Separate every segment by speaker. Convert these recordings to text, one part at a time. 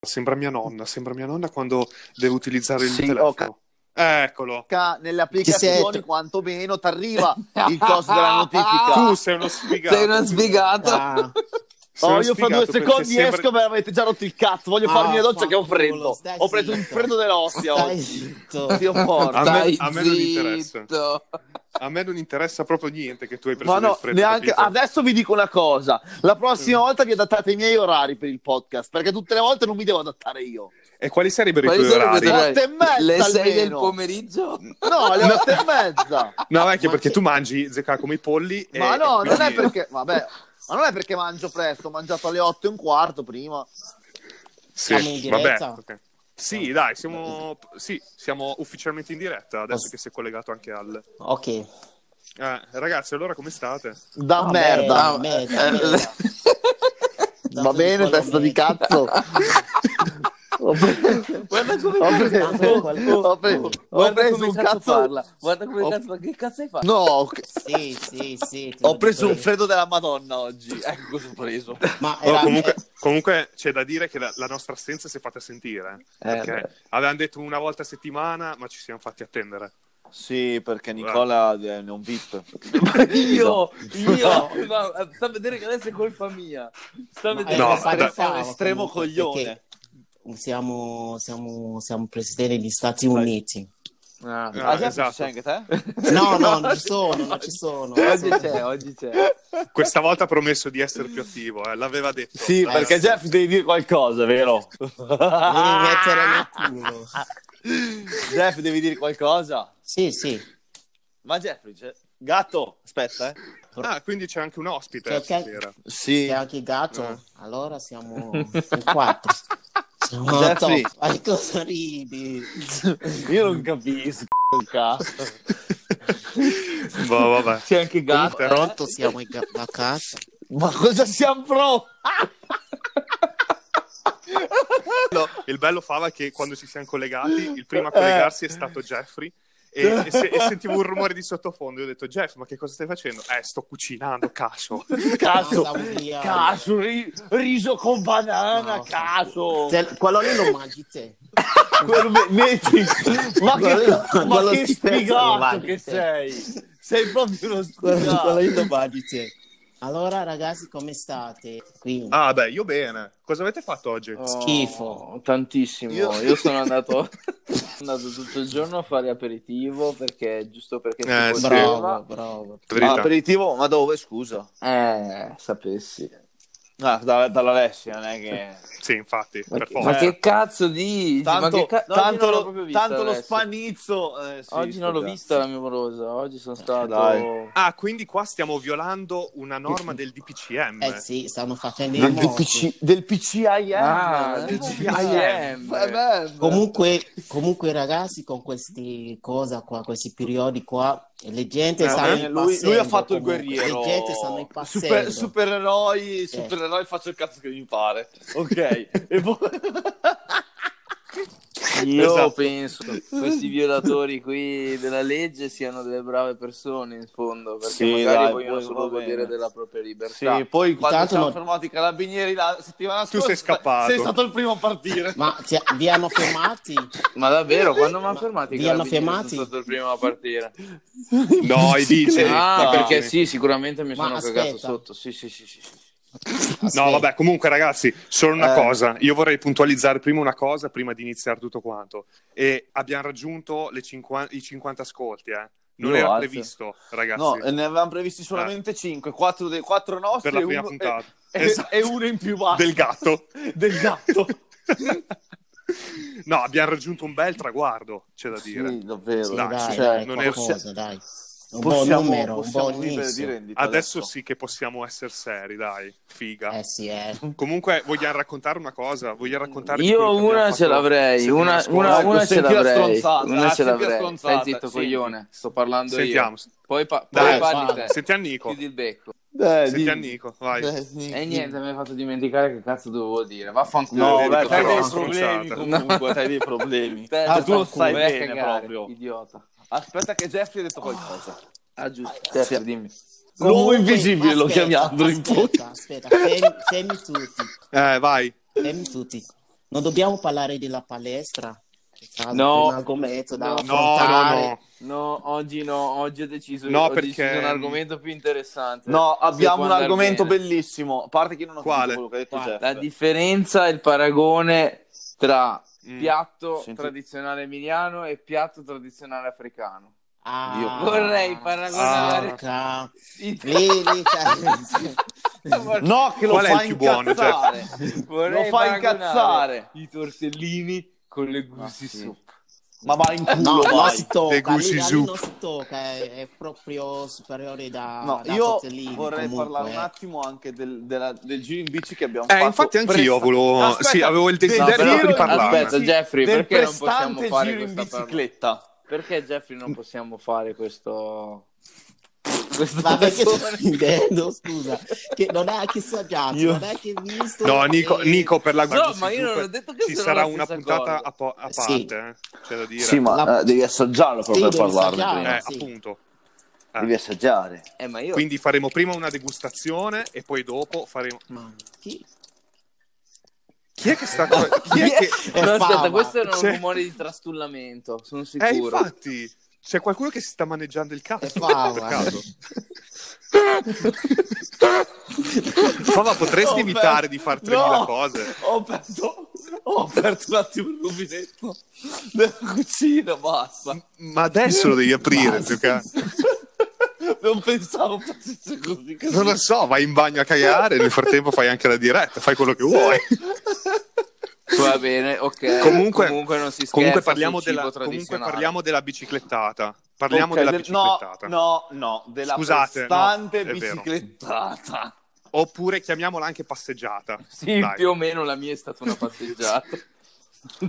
Speaker 1: Sembra mia nonna, sembra mia nonna quando deve utilizzare il
Speaker 2: Sì,
Speaker 1: telefono.
Speaker 2: ok.
Speaker 1: Eccolo.
Speaker 2: Ca- nelle applicazioni
Speaker 3: Ti
Speaker 2: quantomeno ti arriva il coso della notifica.
Speaker 1: Tu sei uno sfigato.
Speaker 3: Sei una sfigata.
Speaker 2: Ah.
Speaker 1: Sei
Speaker 2: No,
Speaker 1: uno
Speaker 2: io fra due
Speaker 1: sfigato perché
Speaker 2: secondi
Speaker 1: sembra-
Speaker 2: esco, me avete già rotto il cazzo. Voglio
Speaker 3: Ah,
Speaker 2: farmi una doccia che ho
Speaker 3: fanculo,
Speaker 2: freddo.
Speaker 3: stai
Speaker 2: Ho preso un
Speaker 3: zitto.
Speaker 2: freddo dell'ostia.
Speaker 3: Stai
Speaker 2: oggi.
Speaker 3: zitto.
Speaker 2: Dio porca.
Speaker 1: A me-
Speaker 3: Stai
Speaker 1: a me non
Speaker 3: zitto.
Speaker 1: interessa. A me non interessa proprio niente che tu hai preso
Speaker 2: Ma
Speaker 1: nel
Speaker 2: no,
Speaker 1: freddo. Mm.
Speaker 2: neanche...
Speaker 1: capito?
Speaker 2: adesso vi dico una cosa. La prossima volta vi adattate i miei orari per il podcast, perché tutte le volte non mi devo adattare io.
Speaker 1: E quali sarebbero
Speaker 3: Quali
Speaker 1: i tuoi
Speaker 3: sarebbero
Speaker 1: orari?
Speaker 3: i tuoi orari?
Speaker 2: Otto e mezza
Speaker 3: Le 6 del
Speaker 2: almeno.
Speaker 3: pomeriggio?
Speaker 2: No, alle
Speaker 1: No.
Speaker 2: otto e mezza.
Speaker 1: No, anche
Speaker 3: Ma
Speaker 1: perché
Speaker 3: che-
Speaker 1: tu mangi zecca come i polli. e-
Speaker 2: Ma no,
Speaker 1: e
Speaker 2: non è
Speaker 1: Eh, quindi-
Speaker 2: perché... Vabbè, ma non è perché mangio presto, ho mangiato alle 8 e un quarto prima.
Speaker 1: Sì,
Speaker 3: Siamo in
Speaker 1: vabbè,
Speaker 3: diretta?
Speaker 1: ok. Sì, dai, siamo... sì, siamo ufficialmente in diretta adesso che si è collegato anche al...
Speaker 3: Ok.
Speaker 1: Eh, ragazzi, allora come state?
Speaker 2: Da
Speaker 3: Vabbè,
Speaker 2: merda.
Speaker 3: ah, merda, merda.
Speaker 2: Va bene, testa di cazzo. Ho preso-
Speaker 3: Guarda come
Speaker 2: Ho
Speaker 3: cazzo
Speaker 2: preso-
Speaker 3: parla, eh, qualcuno.
Speaker 2: ho preso- ho
Speaker 3: Guarda
Speaker 2: preso
Speaker 3: come
Speaker 2: un
Speaker 3: cazzo
Speaker 2: cazzo.
Speaker 3: parla. Guarda come
Speaker 2: Ho-
Speaker 3: cazzo, ma che cazzo hai fatto?
Speaker 2: No, che-
Speaker 4: Sì, sì, sì. te
Speaker 2: ho
Speaker 4: lo
Speaker 2: preso un
Speaker 4: dico
Speaker 2: freddo della Madonna oggi.
Speaker 3: Eh,
Speaker 2: Ecco cosa ho preso.
Speaker 4: io. Ma
Speaker 1: No,
Speaker 4: era...
Speaker 1: comunque, comunque c'è da dire che la, la nostra assenza si è fatta sentire. eh, perché
Speaker 2: beh.
Speaker 1: avevamo detto una volta a settimana, ma ci siamo fatti attendere.
Speaker 2: Sì, perché Nicola è un VIP.
Speaker 3: Io, io, ma sta a vedere che adesso è colpa mia. Sta a
Speaker 4: ma
Speaker 3: vedere
Speaker 4: eh, era
Speaker 1: No,
Speaker 3: che-
Speaker 1: dai.
Speaker 4: Sarfava,
Speaker 2: è un estremo
Speaker 4: comunque,
Speaker 2: coglione.
Speaker 4: perché Siamo, siamo, siamo presidenti degli Stati Uniti.
Speaker 3: Ah,
Speaker 1: Eh,
Speaker 2: Ah, già,
Speaker 1: esatto.
Speaker 2: c'è anche te?
Speaker 4: No, no, non ci sono, non ci sono.
Speaker 3: Oggi c'è, oggi c'è.
Speaker 1: Questa volta ha promesso di essere più attivo, eh, l'aveva detto.
Speaker 2: Sì,
Speaker 4: Eh,
Speaker 2: perché
Speaker 4: sì.
Speaker 2: Jeff devi dire qualcosa, vero?
Speaker 4: Devi mettere
Speaker 2: Ah,
Speaker 4: nel culo.
Speaker 2: Jeff devi dire qualcosa.
Speaker 4: Sì, sì.
Speaker 2: Ma Jeffrey, c'è- gatto, aspetta, eh.
Speaker 1: Ah, quindi c'è anche un ospite
Speaker 4: Cioè, che-
Speaker 1: stasera.
Speaker 2: Sì.
Speaker 4: C'è anche il gatto.
Speaker 2: Ah.
Speaker 1: Eh.
Speaker 4: Allora siamo in quattro. Siamo in
Speaker 2: Jeffrey.
Speaker 4: otto. Ma cosa ridi?
Speaker 2: Io non capisco. Cazzo.
Speaker 1: Boh, vabbè.
Speaker 3: C'è anche Gatto.
Speaker 1: Comunque-
Speaker 4: Pronto, siamo in ga- a casa.
Speaker 2: Ma cosa siamo pro?
Speaker 1: Il bello Fava è che quando ci siamo collegati, il primo a collegarsi è stato Jeffrey. E, e se- e sentivo un rumore di sottofondo e ho detto Jeff ma che cosa stai facendo? Eh sto cucinando cazzo
Speaker 2: Cazzo.
Speaker 4: Ah, stavo via.
Speaker 2: Cazzo, ri- riso con banana,
Speaker 4: No.
Speaker 2: cazzo.
Speaker 4: Se- Quello lì lo mangi te.
Speaker 2: Quello me- metti. Ma
Speaker 4: Quello-
Speaker 2: che, ma
Speaker 4: quello
Speaker 2: che
Speaker 4: stesso lo
Speaker 2: sfigato
Speaker 4: vale.
Speaker 2: che sei. Sei proprio uno
Speaker 4: Quello, quello
Speaker 2: sfigato.
Speaker 4: lì lo mangi te. Allora, ragazzi, come state? Qui.
Speaker 1: Ah beh io bene Cosa avete fatto oggi?
Speaker 3: Oh.
Speaker 4: Schifo.
Speaker 3: tantissimo. Io,
Speaker 2: Io-
Speaker 3: sono andato, sono andato tutto il giorno a fare aperitivo perché giusto perché si
Speaker 1: Eh, sì.
Speaker 3: poteva.
Speaker 4: Bravo, bravo.
Speaker 1: Verità.
Speaker 2: Ah, aperitivo, ma dove, scusa?
Speaker 3: Eh, sapessi.
Speaker 2: Ah, da- dall'Alessia, non è che...
Speaker 1: Sì infatti
Speaker 3: Ma,
Speaker 1: per
Speaker 3: che, ma
Speaker 1: forza
Speaker 3: che cazzo dici? Ma
Speaker 2: Tanto,
Speaker 3: che ca- oggi
Speaker 2: tanto
Speaker 3: non l'ho
Speaker 2: lo,
Speaker 3: proprio vista,
Speaker 2: tanto lo
Speaker 3: Alessio.
Speaker 2: spanizzo. eh, sì,
Speaker 3: Oggi non l'ho
Speaker 2: sto
Speaker 3: vista la mia morosa, oggi sono stato...
Speaker 2: dai.
Speaker 1: Ah quindi qua stiamo violando una norma del DPCM
Speaker 4: Eh sì, stanno facendo i
Speaker 2: Del, del,
Speaker 4: morti.
Speaker 2: PC, del PCIM.
Speaker 3: Ah,
Speaker 2: eh.
Speaker 3: del
Speaker 2: PCIM.
Speaker 3: PCIM.
Speaker 2: Eh, beh,
Speaker 4: Comunque, comunque, ragazzi, con questi cosa qua, questi periodi qua, le gente
Speaker 1: Eh,
Speaker 4: stanno
Speaker 2: eh, lui,
Speaker 4: impazzendo
Speaker 2: lui ha fatto il
Speaker 4: comunque.
Speaker 2: guerriero.
Speaker 4: Le gente stanno Eh. impazzendo.
Speaker 2: Super- supereroi, supereroi, faccio il cazzo che mi pare. Ok. E poi-
Speaker 3: Io
Speaker 1: Esatto.
Speaker 3: penso che questi violatori qui della legge siano delle brave persone in fondo, perché
Speaker 2: Sì,
Speaker 3: magari
Speaker 2: dai,
Speaker 3: vogliono
Speaker 2: poi
Speaker 3: solo
Speaker 2: va bene.
Speaker 3: godere della propria
Speaker 2: Sì,
Speaker 3: libertà.
Speaker 2: poi quando
Speaker 4: Intanto
Speaker 2: ci hanno
Speaker 4: non-
Speaker 2: fermato i carabinieri la settimana
Speaker 1: Tu
Speaker 2: scorsa,
Speaker 1: sei scappato.
Speaker 2: Sei stato il primo a partire.
Speaker 4: Ma ti- vi hanno fermati?
Speaker 3: Ma davvero, quando mi hanno
Speaker 4: Ma
Speaker 3: fermato i
Speaker 4: vi hanno
Speaker 3: carabinieri,
Speaker 4: fermati?
Speaker 3: Sono stato il primo a partire.
Speaker 1: No i DJ
Speaker 3: Ah,
Speaker 1: Ma
Speaker 3: perché
Speaker 1: sì.
Speaker 3: sì, sicuramente mi
Speaker 4: Ma
Speaker 3: sono cagato
Speaker 4: aspetta.
Speaker 3: sotto. Sì, sì, sì, sì. sì.
Speaker 4: Aspetta.
Speaker 1: No, vabbè, comunque ragazzi, solo una
Speaker 2: Eh.
Speaker 1: cosa, io vorrei puntualizzare prima una cosa, prima di iniziare tutto quanto. E abbiamo raggiunto le 50 i 50 ascolti, eh. Non
Speaker 2: Io
Speaker 1: era
Speaker 2: alzo.
Speaker 1: previsto, ragazzi,
Speaker 2: No, ne avevamo previsti solamente 5, 4, de- 4 nostri
Speaker 1: per la
Speaker 2: e,
Speaker 1: prima
Speaker 2: uno, eh,
Speaker 1: puntata.
Speaker 2: e- e-
Speaker 1: Esatto.
Speaker 2: e uno in più basta.
Speaker 1: Del gatto.
Speaker 2: Del gatto.
Speaker 1: no, abbiamo raggiunto un bel traguardo, c'è da dire.
Speaker 2: sì, davvero.
Speaker 4: Sì,
Speaker 1: dai,
Speaker 4: dai,
Speaker 1: cioè,
Speaker 4: dai,
Speaker 1: non è-
Speaker 4: qualcosa, dai. Un
Speaker 2: Possiamo,
Speaker 4: buon numero, un
Speaker 2: possiamo
Speaker 4: buon
Speaker 2: vivere di
Speaker 4: inizio.
Speaker 2: rendita
Speaker 1: Adesso sì che possiamo essere seri, dai, figa.
Speaker 4: Eh sì, eh.
Speaker 1: Comunque vogliamo raccontare una cosa, vogliamo raccontare di quello
Speaker 3: Io
Speaker 1: che abbiamo
Speaker 3: una
Speaker 1: fatto
Speaker 3: ce l'avrei,
Speaker 1: settimana
Speaker 3: una,
Speaker 1: scorsa?
Speaker 3: una,
Speaker 2: Ecco,
Speaker 3: una ce
Speaker 2: senti la
Speaker 3: l'avrei.
Speaker 2: stronzata,
Speaker 3: Una ce
Speaker 2: senti la
Speaker 3: l'avrei. Stai
Speaker 2: stronzata,
Speaker 3: zitto,
Speaker 2: sì.
Speaker 3: coglione. Sto parlando
Speaker 1: Sentiamo.
Speaker 3: io. Poi, pa-
Speaker 1: Dai,
Speaker 3: poi parli
Speaker 4: vai.
Speaker 3: te.
Speaker 1: Sentiamo Nico.
Speaker 3: Chiudi il becco.
Speaker 2: Dai,
Speaker 1: Sentiamo Nico, vai.
Speaker 2: Eh,
Speaker 3: E niente, mi hai fatto dimenticare che cazzo dovevo dire. Vaffanculo.
Speaker 2: No,
Speaker 1: Vedi,
Speaker 2: beh,
Speaker 1: ti
Speaker 2: hai
Speaker 1: trovo
Speaker 2: Cioè, dei
Speaker 1: una
Speaker 2: problemi
Speaker 1: stronzata.
Speaker 2: comunque, hai dei problemi.
Speaker 3: Te-
Speaker 2: Ah, tu lo sai
Speaker 3: vai a
Speaker 2: bene
Speaker 3: cagare,
Speaker 2: proprio. Ah,
Speaker 3: Idiota.
Speaker 2: Aspetta che Jeffrey ha detto qualcosa.
Speaker 3: Ah, giusto. Stefano, dimmi.
Speaker 2: L'uomo
Speaker 4: Comunque,
Speaker 2: invisibile lo
Speaker 4: aspetta,
Speaker 2: chiamiamo in
Speaker 4: Aspetta, aspetta, fermi, fermi tutti.
Speaker 1: Eh, vai.
Speaker 4: Fermi tutti. Non dobbiamo parlare della palestra, che tra l'altro
Speaker 3: No.
Speaker 4: è un argomento da
Speaker 3: No, no,
Speaker 1: No, no,
Speaker 4: affrontare.
Speaker 1: no.
Speaker 3: No, oggi no, oggi ho deciso,
Speaker 1: No,
Speaker 3: ho
Speaker 1: perché-
Speaker 3: deciso un argomento più interessante.
Speaker 2: No,
Speaker 3: Se
Speaker 2: abbiamo
Speaker 3: può
Speaker 2: un
Speaker 3: andar
Speaker 2: argomento
Speaker 3: bene.
Speaker 2: bellissimo. A parte che io non ho
Speaker 1: Quale?
Speaker 2: capito quello che ha detto
Speaker 4: Quale?
Speaker 2: Jeff.
Speaker 3: La differenza e il paragone tra
Speaker 1: Mm.
Speaker 3: piatto
Speaker 2: Senti.
Speaker 3: tradizionale emiliano e piatto tradizionale africano.
Speaker 4: Ah,
Speaker 2: Dio.
Speaker 3: Vorrei paragonare-
Speaker 4: porca. Lì,
Speaker 3: Vorrei
Speaker 4: lì, cioè-
Speaker 2: No, che lo
Speaker 1: Qual è il
Speaker 2: fa
Speaker 1: più buono,
Speaker 2: incazzare.
Speaker 1: Cioè,
Speaker 2: Lo fa
Speaker 3: paragonare
Speaker 2: incazzare.
Speaker 3: I tortellini con le gusi
Speaker 2: Ah, sì.
Speaker 3: soup.
Speaker 2: Ma va in culo,
Speaker 4: No, non
Speaker 2: vai.
Speaker 4: si tocca,
Speaker 1: De Gucci
Speaker 4: lì, da lì
Speaker 1: Soup.
Speaker 4: non si tocca, è, è proprio superiore da,
Speaker 2: No,
Speaker 4: da
Speaker 2: io
Speaker 4: Tortellini,
Speaker 2: vorrei
Speaker 4: comunque. eh.
Speaker 2: parlare un attimo anche del, della- del giro in bici che abbiamo
Speaker 1: Eh,
Speaker 2: fatto.
Speaker 1: infatti anch'io
Speaker 2: Presta-
Speaker 1: volevo...
Speaker 2: Aspetta,
Speaker 1: sì, avevo il
Speaker 2: del
Speaker 1: desiderio
Speaker 3: giro
Speaker 1: di
Speaker 3: in-
Speaker 1: parlarne.
Speaker 3: aspetta, Jeffrey,
Speaker 2: del
Speaker 3: perché non possiamo
Speaker 2: prestante
Speaker 3: fare
Speaker 2: giro in
Speaker 3: questa
Speaker 2: bicicletta.
Speaker 3: Perché Jeffrey non possiamo fare questo...
Speaker 4: Ma perché
Speaker 3: questo-
Speaker 4: stai ridendo, scusa? Che non è che sappiate,
Speaker 2: Io-
Speaker 4: non è che visto...
Speaker 1: Mm. No, Nico,
Speaker 4: e-
Speaker 1: Nico per la
Speaker 3: No,
Speaker 1: Guardia
Speaker 3: ma io non ho
Speaker 1: Super
Speaker 3: detto che
Speaker 1: ci
Speaker 3: sono
Speaker 1: sarà
Speaker 3: la
Speaker 1: una
Speaker 3: stessa
Speaker 1: puntata
Speaker 3: cosa.
Speaker 1: a, po- a parte,
Speaker 4: Sì.
Speaker 1: eh, c'è da dire.
Speaker 2: Sì, ma
Speaker 4: La-
Speaker 2: eh, devi assaggiarlo
Speaker 4: Sì,
Speaker 2: proprio per
Speaker 4: devi
Speaker 2: parlarne.
Speaker 4: assaggiarlo.
Speaker 2: prima.
Speaker 1: Eh,
Speaker 4: sì.
Speaker 1: appunto.
Speaker 2: Devi assaggiare.
Speaker 3: Eh, ma io...
Speaker 1: Quindi faremo prima una degustazione e poi dopo faremo...
Speaker 4: Ma chi?
Speaker 1: Chi è che sta... Chi è che...
Speaker 4: È
Speaker 3: No, aspetta,
Speaker 4: fava.
Speaker 3: questo era un
Speaker 1: C'è-
Speaker 3: rumore di trastullamento, sono
Speaker 1: Eh,
Speaker 3: sicuro.
Speaker 1: infatti, c'è qualcuno che si sta maneggiando il cazzo.
Speaker 4: E fava.
Speaker 1: Per caso. Fava, potresti
Speaker 2: Ho
Speaker 1: evitare
Speaker 2: per-
Speaker 1: di fare 3000
Speaker 2: No!
Speaker 1: cose?
Speaker 2: Ho aperto, ho aperto un attimo il rubinetto della cucina, basta.
Speaker 1: Ma adesso lo devi aprire, più che...
Speaker 2: Non pensavo facesse così. così.
Speaker 1: Non lo so, vai in bagno a cagare, nel frattempo fai anche la diretta, fai quello che vuoi.
Speaker 3: Va bene, ok.
Speaker 1: Comunque,
Speaker 3: non si scherza
Speaker 1: comunque parliamo,
Speaker 3: sul cibo
Speaker 1: della, comunque
Speaker 3: tradizionale.
Speaker 1: parliamo della biciclettata. Parliamo
Speaker 2: Ok,
Speaker 1: della
Speaker 2: del-
Speaker 1: biciclettata.
Speaker 2: No, no, no, della
Speaker 1: Scusate, no,
Speaker 2: prestante
Speaker 1: è vero.
Speaker 2: biciclettata.
Speaker 1: Oppure chiamiamola anche passeggiata.
Speaker 3: Sì,
Speaker 1: Dai.
Speaker 3: più o meno la mia è stata una passeggiata.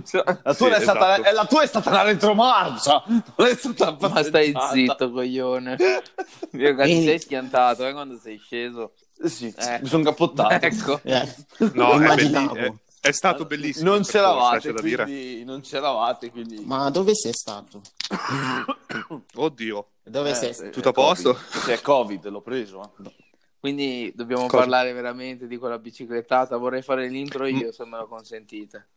Speaker 3: Cioè,
Speaker 2: La tua,
Speaker 1: Sì,
Speaker 2: è stata,
Speaker 1: esatto.
Speaker 2: eh, la tua è stata la retromarcia, non è stata la
Speaker 3: ma stai
Speaker 2: passeggiata.
Speaker 3: zitto, coglione. Mio cazzo,
Speaker 4: Ehi.
Speaker 3: sei schiantato eh, quando sei sceso.
Speaker 2: Sì,
Speaker 3: Eh.
Speaker 2: mi sono cappottato.
Speaker 3: Ecco.
Speaker 4: Eh,
Speaker 1: No, è,
Speaker 4: immaginavo.
Speaker 1: belli-
Speaker 2: eh.
Speaker 1: è- è stato bellissimo.
Speaker 2: Non
Speaker 1: il percorso, eh, c'è
Speaker 2: c'eravate,
Speaker 1: da dire.
Speaker 2: quindi, non c'eravate, quindi...
Speaker 4: Ma dove sei stato?
Speaker 1: Oddio.
Speaker 4: Dove
Speaker 2: Eh,
Speaker 4: sei
Speaker 2: sì,
Speaker 4: stato?
Speaker 1: Tutto a
Speaker 2: è Covid.
Speaker 1: posto?
Speaker 2: Sì, è Covid, l'ho preso. eh.
Speaker 3: Quindi dobbiamo
Speaker 1: Cosa?
Speaker 3: parlare veramente di quella biciclettata. Vorrei fare l'intro io, se me lo consentite.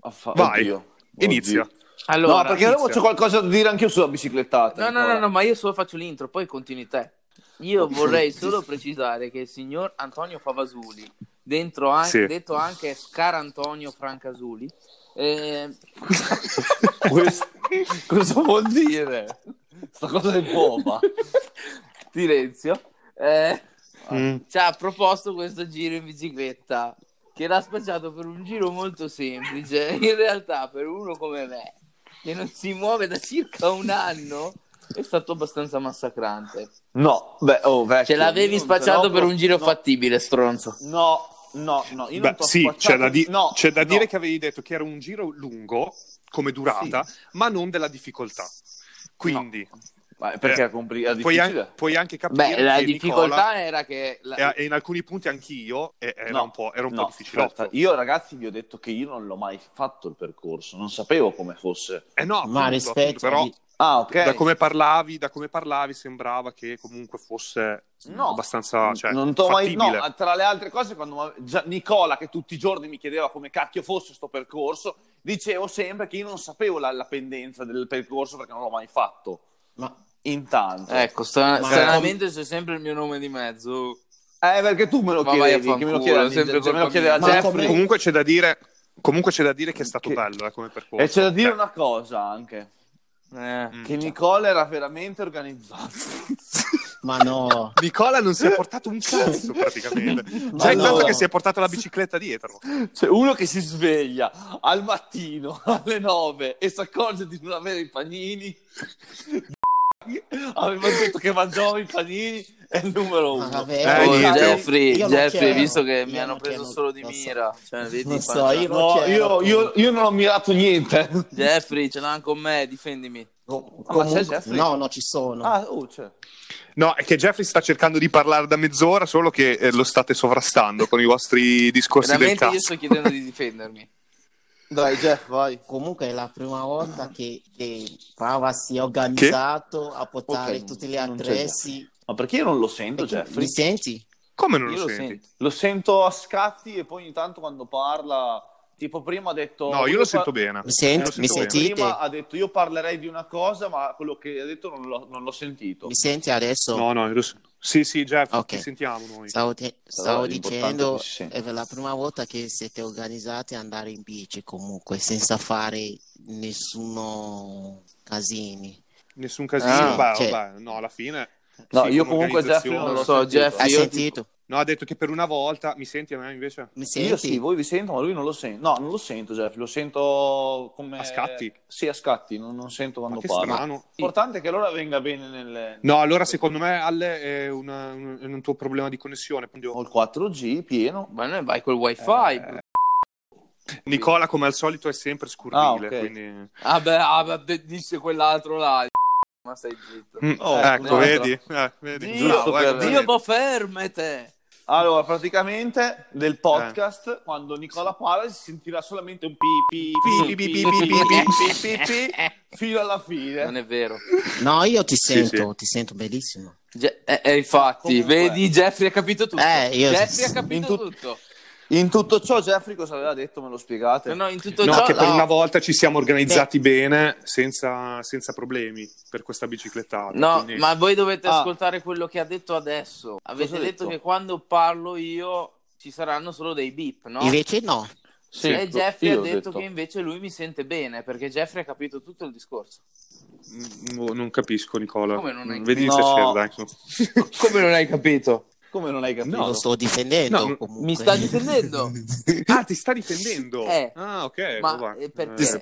Speaker 2: Affa-
Speaker 1: Vai,
Speaker 2: Oddio.
Speaker 1: Inizia.
Speaker 2: Oddio.
Speaker 3: Allora,
Speaker 2: no, perché avevo
Speaker 1: inizia.
Speaker 2: c'ho qualcosa da dire anche io sulla biciclettata.
Speaker 3: No, no,
Speaker 2: Nicola.
Speaker 3: no, no, ma io solo faccio l'intro, poi continui te. Io vorrei solo precisare che il signor Antonio Favasuli, dentro an-
Speaker 1: Sì.
Speaker 3: detto anche Scar Antonio Francasuli, eh,
Speaker 2: Questo- Cosa vuol dire? Sta cosa è bomba.
Speaker 3: Silenzio, eh,
Speaker 1: Mm.
Speaker 3: ci ha proposto questo giro in bicicletta che l'ha spacciato per un giro molto semplice. In realtà, per uno come me, che non si muove da circa un anno, è stato abbastanza massacrante.
Speaker 2: No, beh, oh, vecchio,
Speaker 3: Ce l'avevi
Speaker 2: io non
Speaker 3: spacciato
Speaker 2: te l'ho-
Speaker 3: per un giro
Speaker 2: no,
Speaker 3: fattibile, stronzo.
Speaker 2: No, no, no. Io
Speaker 1: Beh,
Speaker 2: non t'ho
Speaker 1: sì,
Speaker 2: spacciato-
Speaker 1: c'è da, di-
Speaker 2: no,
Speaker 1: c'è da
Speaker 2: no.
Speaker 1: dire che avevi detto che era un giro lungo come durata, ma non della difficoltà. Quindi
Speaker 2: Ma perché
Speaker 1: Eh,
Speaker 2: è compli- è
Speaker 1: puoi,
Speaker 2: difficile?
Speaker 1: an- puoi anche capire
Speaker 3: Beh, la
Speaker 1: che
Speaker 3: difficoltà era che la-
Speaker 1: Nicola, e e in alcuni punti anch'io, e- era
Speaker 2: No,
Speaker 1: un po', era un
Speaker 2: no,
Speaker 1: po' difficilotto.
Speaker 2: aspetta, Io, ragazzi, vi ho detto che io non l'ho mai fatto il percorso, non sapevo come fosse.
Speaker 1: Eh no,
Speaker 4: Ma
Speaker 1: appunto, appunto,
Speaker 4: rispetto...
Speaker 1: però
Speaker 4: di-
Speaker 2: Ah, ok.
Speaker 1: da, come parlavi, da come parlavi sembrava che comunque fosse
Speaker 2: No.
Speaker 1: abbastanza cioè,
Speaker 2: non t'ho mai...
Speaker 1: fattibile.
Speaker 2: No, tra le altre cose, quando già Nicola, che tutti i giorni mi chiedeva come cacchio fosse sto percorso, dicevo sempre che io non sapevo la, la pendenza del percorso perché non l'ho mai fatto.
Speaker 4: Ma...
Speaker 2: Intanto.
Speaker 3: Ecco, stra-
Speaker 4: Ma-
Speaker 3: stranamente c'è sempre il mio nome di mezzo.
Speaker 2: Eh, perché tu me lo
Speaker 3: Ma vai a
Speaker 2: chiedevi, che me lo
Speaker 3: fanculo,
Speaker 2: chiedeva,
Speaker 3: sempre
Speaker 2: cioè, me
Speaker 3: colpa
Speaker 2: lo chiedeva
Speaker 4: mia. Ma
Speaker 2: Jeffrey.
Speaker 4: come-
Speaker 1: Comunque c'è da dire... Comunque c'è da dire che è stato
Speaker 2: Che-
Speaker 1: bello eh, come percorso.
Speaker 2: E c'è da dire
Speaker 1: Cioè,
Speaker 2: una cosa anche,
Speaker 3: Eh.
Speaker 1: Mm.
Speaker 2: che Nicola era veramente organizzato.
Speaker 4: Ma no,
Speaker 1: Nicola non si è portato un cazzo praticamente.
Speaker 4: Eh. Ma
Speaker 1: Già intanto
Speaker 4: no.
Speaker 1: che si è portato la bicicletta dietro.
Speaker 2: Cioè, uno che si sveglia al mattino alle 9 e si accorge di non avere i panini, aveva detto che mangiava i panini, è il numero uno.
Speaker 4: Ma Ah, vabbè.
Speaker 1: Eh,
Speaker 3: Oh,
Speaker 1: niente.
Speaker 3: Jeffrey,
Speaker 4: Io non
Speaker 3: Jeffrey
Speaker 4: c'ero.
Speaker 3: visto che mi
Speaker 4: Io
Speaker 3: hanno
Speaker 4: non
Speaker 3: preso
Speaker 4: c'ero,
Speaker 3: solo di
Speaker 4: lo so.
Speaker 3: mira, cioè, vedi,
Speaker 4: Lo so,
Speaker 3: pancia.
Speaker 4: io non-
Speaker 2: No,
Speaker 4: c'ero.
Speaker 2: io, io- io non ho mirato niente.
Speaker 3: Jeffrey, ce l'hanno con me, difendimi.
Speaker 2: Ah,
Speaker 4: Com-
Speaker 2: ma c'è
Speaker 4: comunque-
Speaker 2: Jeffrey?
Speaker 4: no, no, ci sono.
Speaker 2: Ah, oh,
Speaker 1: cioè.
Speaker 2: c'è.
Speaker 1: No, è che Jeffrey sta cercando di parlare da mezz'ora, solo che eh, lo state sovrastando con i vostri discorsi del
Speaker 3: Veramente
Speaker 1: cazzo.
Speaker 3: io sto chiedendo di difendermi.
Speaker 2: Dai, Jeff, vai.
Speaker 4: Comunque è la prima volta che, che Pava si è organizzato a portare
Speaker 2: Ok,
Speaker 4: tutti gli
Speaker 2: non c'è
Speaker 4: attrezzi.
Speaker 2: Ma perché io non lo sento, Jeffrey?
Speaker 4: Mi senti?
Speaker 1: Come non
Speaker 3: Io
Speaker 1: lo
Speaker 3: lo
Speaker 1: senti?
Speaker 3: sento.
Speaker 2: Lo sento a scatti e poi ogni tanto quando parla Tipo prima ha detto...
Speaker 1: No, io
Speaker 2: voglio
Speaker 1: lo
Speaker 2: fa-
Speaker 1: sento bene.
Speaker 4: Mi senti?
Speaker 1: Io lo sento
Speaker 4: Mi senti?
Speaker 1: bene.
Speaker 4: sentite?
Speaker 2: Prima ha detto io parlerei di una cosa, ma quello che ha detto non l'ho, non l'ho sentito.
Speaker 4: Mi senti adesso?
Speaker 1: No, no, io lo sento. Sì, sì, Jeff,
Speaker 4: Ok.
Speaker 1: ci sentiamo noi.
Speaker 4: Stavo, te-
Speaker 2: Però
Speaker 4: stavo
Speaker 2: è importante
Speaker 4: dicendo,
Speaker 2: che si senta.
Speaker 4: è per la prima volta che siete organizzati ad andare in bici comunque, senza fare nessuno casini.
Speaker 1: Nessun casino.
Speaker 4: Ah,
Speaker 1: Beh,
Speaker 4: cioè-
Speaker 1: vabbè, no, alla fine...
Speaker 2: No,
Speaker 1: sì,
Speaker 2: io
Speaker 1: come
Speaker 2: comunque Jeffrey
Speaker 1: organizzazione-
Speaker 2: non
Speaker 3: Non
Speaker 2: l'ho
Speaker 3: lo so,
Speaker 2: sentito.
Speaker 3: Jeff.
Speaker 4: Hai
Speaker 3: io-
Speaker 4: sentito?
Speaker 1: No, ha detto che per una volta... Mi senti a me invece?
Speaker 4: Mi
Speaker 2: Io
Speaker 4: Ah, senti?
Speaker 2: sì, voi vi sento, ma lui non lo sento. No, non lo sento, Jeff, lo sento come...
Speaker 1: A scatti?
Speaker 2: Sì, a scatti, non, non sento
Speaker 1: Ma
Speaker 2: quando
Speaker 1: che
Speaker 2: parla.
Speaker 1: strano.
Speaker 2: L'importante è che l'ora venga bene nel...
Speaker 1: No, allora secondo me Ale è una- un, un tuo problema di connessione. Quindi
Speaker 2: Ho
Speaker 1: io-
Speaker 2: il 4G pieno.
Speaker 3: Ma non vai col wifi.
Speaker 1: Eh, Nicola, come al solito, è sempre scurrile.
Speaker 2: Ah, ok.
Speaker 1: quindi-
Speaker 3: Ah beh, ah, beh, dice quell'altro là. Ma stai zitto.
Speaker 1: Mm,
Speaker 2: Oh,
Speaker 1: ecco,
Speaker 3: no.
Speaker 1: vedi? Eh, vedi?
Speaker 2: Dio,
Speaker 1: Bravo,
Speaker 2: per-
Speaker 1: ecco,
Speaker 2: Dio,
Speaker 3: Dio,
Speaker 1: vedi?
Speaker 3: boh, fermete.
Speaker 2: Allora, praticamente del podcast, quando Nicola parla si sentirà solamente un pi pi pi pi pi pi pi pi pi pi fino alla
Speaker 3: Non
Speaker 2: fine.
Speaker 3: è vero.
Speaker 4: No, io ti
Speaker 1: Sì,
Speaker 4: sento, ti sento benissimo.
Speaker 3: Ge- eh, eh, infatti,
Speaker 2: Comunque.
Speaker 3: vedi, Jeffrey ha capito tutto.
Speaker 4: Eh, io-
Speaker 3: Jeffrey ha
Speaker 2: in
Speaker 3: capito
Speaker 2: tut-
Speaker 3: tutto.
Speaker 2: In tutto ciò Jeffrey cosa aveva detto? Me lo spiegate?
Speaker 3: No, no, in tutto
Speaker 1: No,
Speaker 3: ciò...
Speaker 1: che per
Speaker 4: no.
Speaker 1: una volta ci siamo organizzati bene, senza, senza problemi, per questa biciclettata.
Speaker 3: No,
Speaker 1: quindi-
Speaker 3: ma voi dovete
Speaker 2: Ah.
Speaker 3: ascoltare quello che ha detto adesso. Avete
Speaker 2: Cosa ha
Speaker 3: detto?
Speaker 2: detto?
Speaker 3: che quando parlo io ci saranno solo dei beep, no?
Speaker 4: Invece no.
Speaker 2: Sì,
Speaker 3: e Jeffrey
Speaker 2: io
Speaker 3: ha
Speaker 2: ho
Speaker 3: detto, che invece lui mi sente bene, perché Jeffrey ha capito tutto il discorso.
Speaker 1: Mm, boh, non capisco, Nicola.
Speaker 3: Come non hai-
Speaker 1: Vedi
Speaker 2: No.
Speaker 1: se c'è, dai. su.
Speaker 3: Come non hai capito?
Speaker 2: Come non hai capito?
Speaker 1: No,
Speaker 4: lo sto difendendo
Speaker 1: No,
Speaker 4: comunque.
Speaker 3: Mi sta difendendo.
Speaker 1: Ah, ti sta difendendo?
Speaker 3: Eh.
Speaker 1: ah, ok.
Speaker 3: Ma,
Speaker 1: boh, va.
Speaker 3: eh, perché-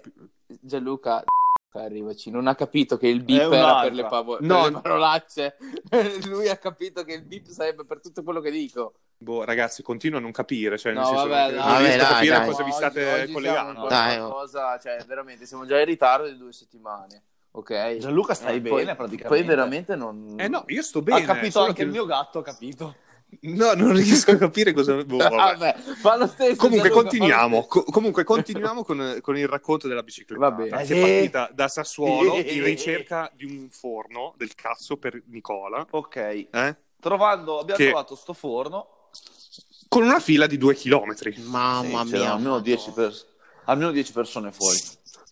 Speaker 1: Eh,
Speaker 3: Gianluca arrivaci, non ha capito che il beep
Speaker 2: È
Speaker 3: era
Speaker 2: un'altra.
Speaker 3: per le, pavo- per
Speaker 1: No.
Speaker 3: le parolacce. Lui ha capito che il beep sarebbe per tutto quello che dico.
Speaker 1: boh, ragazzi, continuo a non capire. Cioè,
Speaker 3: No,
Speaker 1: nel senso
Speaker 3: vabbè,
Speaker 1: che
Speaker 3: dai.
Speaker 1: non riesco
Speaker 4: Vabbè,
Speaker 1: a
Speaker 4: dai,
Speaker 1: capire a
Speaker 4: dai.
Speaker 1: cosa vi state
Speaker 3: Oggi- oggi
Speaker 1: collegando.
Speaker 3: siamo
Speaker 4: Dai,
Speaker 3: ancora
Speaker 4: oh.
Speaker 3: qualcosa- cioè, veramente, siamo già in ritardo di due settimane. Ok?
Speaker 2: Gianluca stai
Speaker 3: Eh,
Speaker 2: bene
Speaker 3: poi-
Speaker 2: praticamente.
Speaker 3: Poi veramente non...
Speaker 1: Eh no, io sto bene.
Speaker 2: ha capito
Speaker 1: solo
Speaker 2: anche
Speaker 1: che-
Speaker 2: il mio gatto, ha capito.
Speaker 1: No, non riesco a capire cosa... boh, vabbè.
Speaker 3: Ah, Vabbè, fa lo stesso.
Speaker 1: Comunque
Speaker 3: Gianluca, fa lo
Speaker 1: continuiamo,
Speaker 3: stesso.
Speaker 1: co- comunque continuiamo con, con il racconto della bicicletta.
Speaker 3: Va bene.
Speaker 1: Che
Speaker 2: Eh.
Speaker 1: è partita da Sassuolo
Speaker 2: Eh.
Speaker 1: in ricerca di un forno del cazzo per Nicola,
Speaker 2: Ok.
Speaker 1: eh?
Speaker 2: Trovando, abbiamo
Speaker 1: Che-
Speaker 2: trovato sto forno.
Speaker 1: con una fila di due chilometri.
Speaker 4: Mamma
Speaker 2: Sì, c'erano
Speaker 4: mia.
Speaker 2: almeno 10 pers- almeno 10 persone fuori.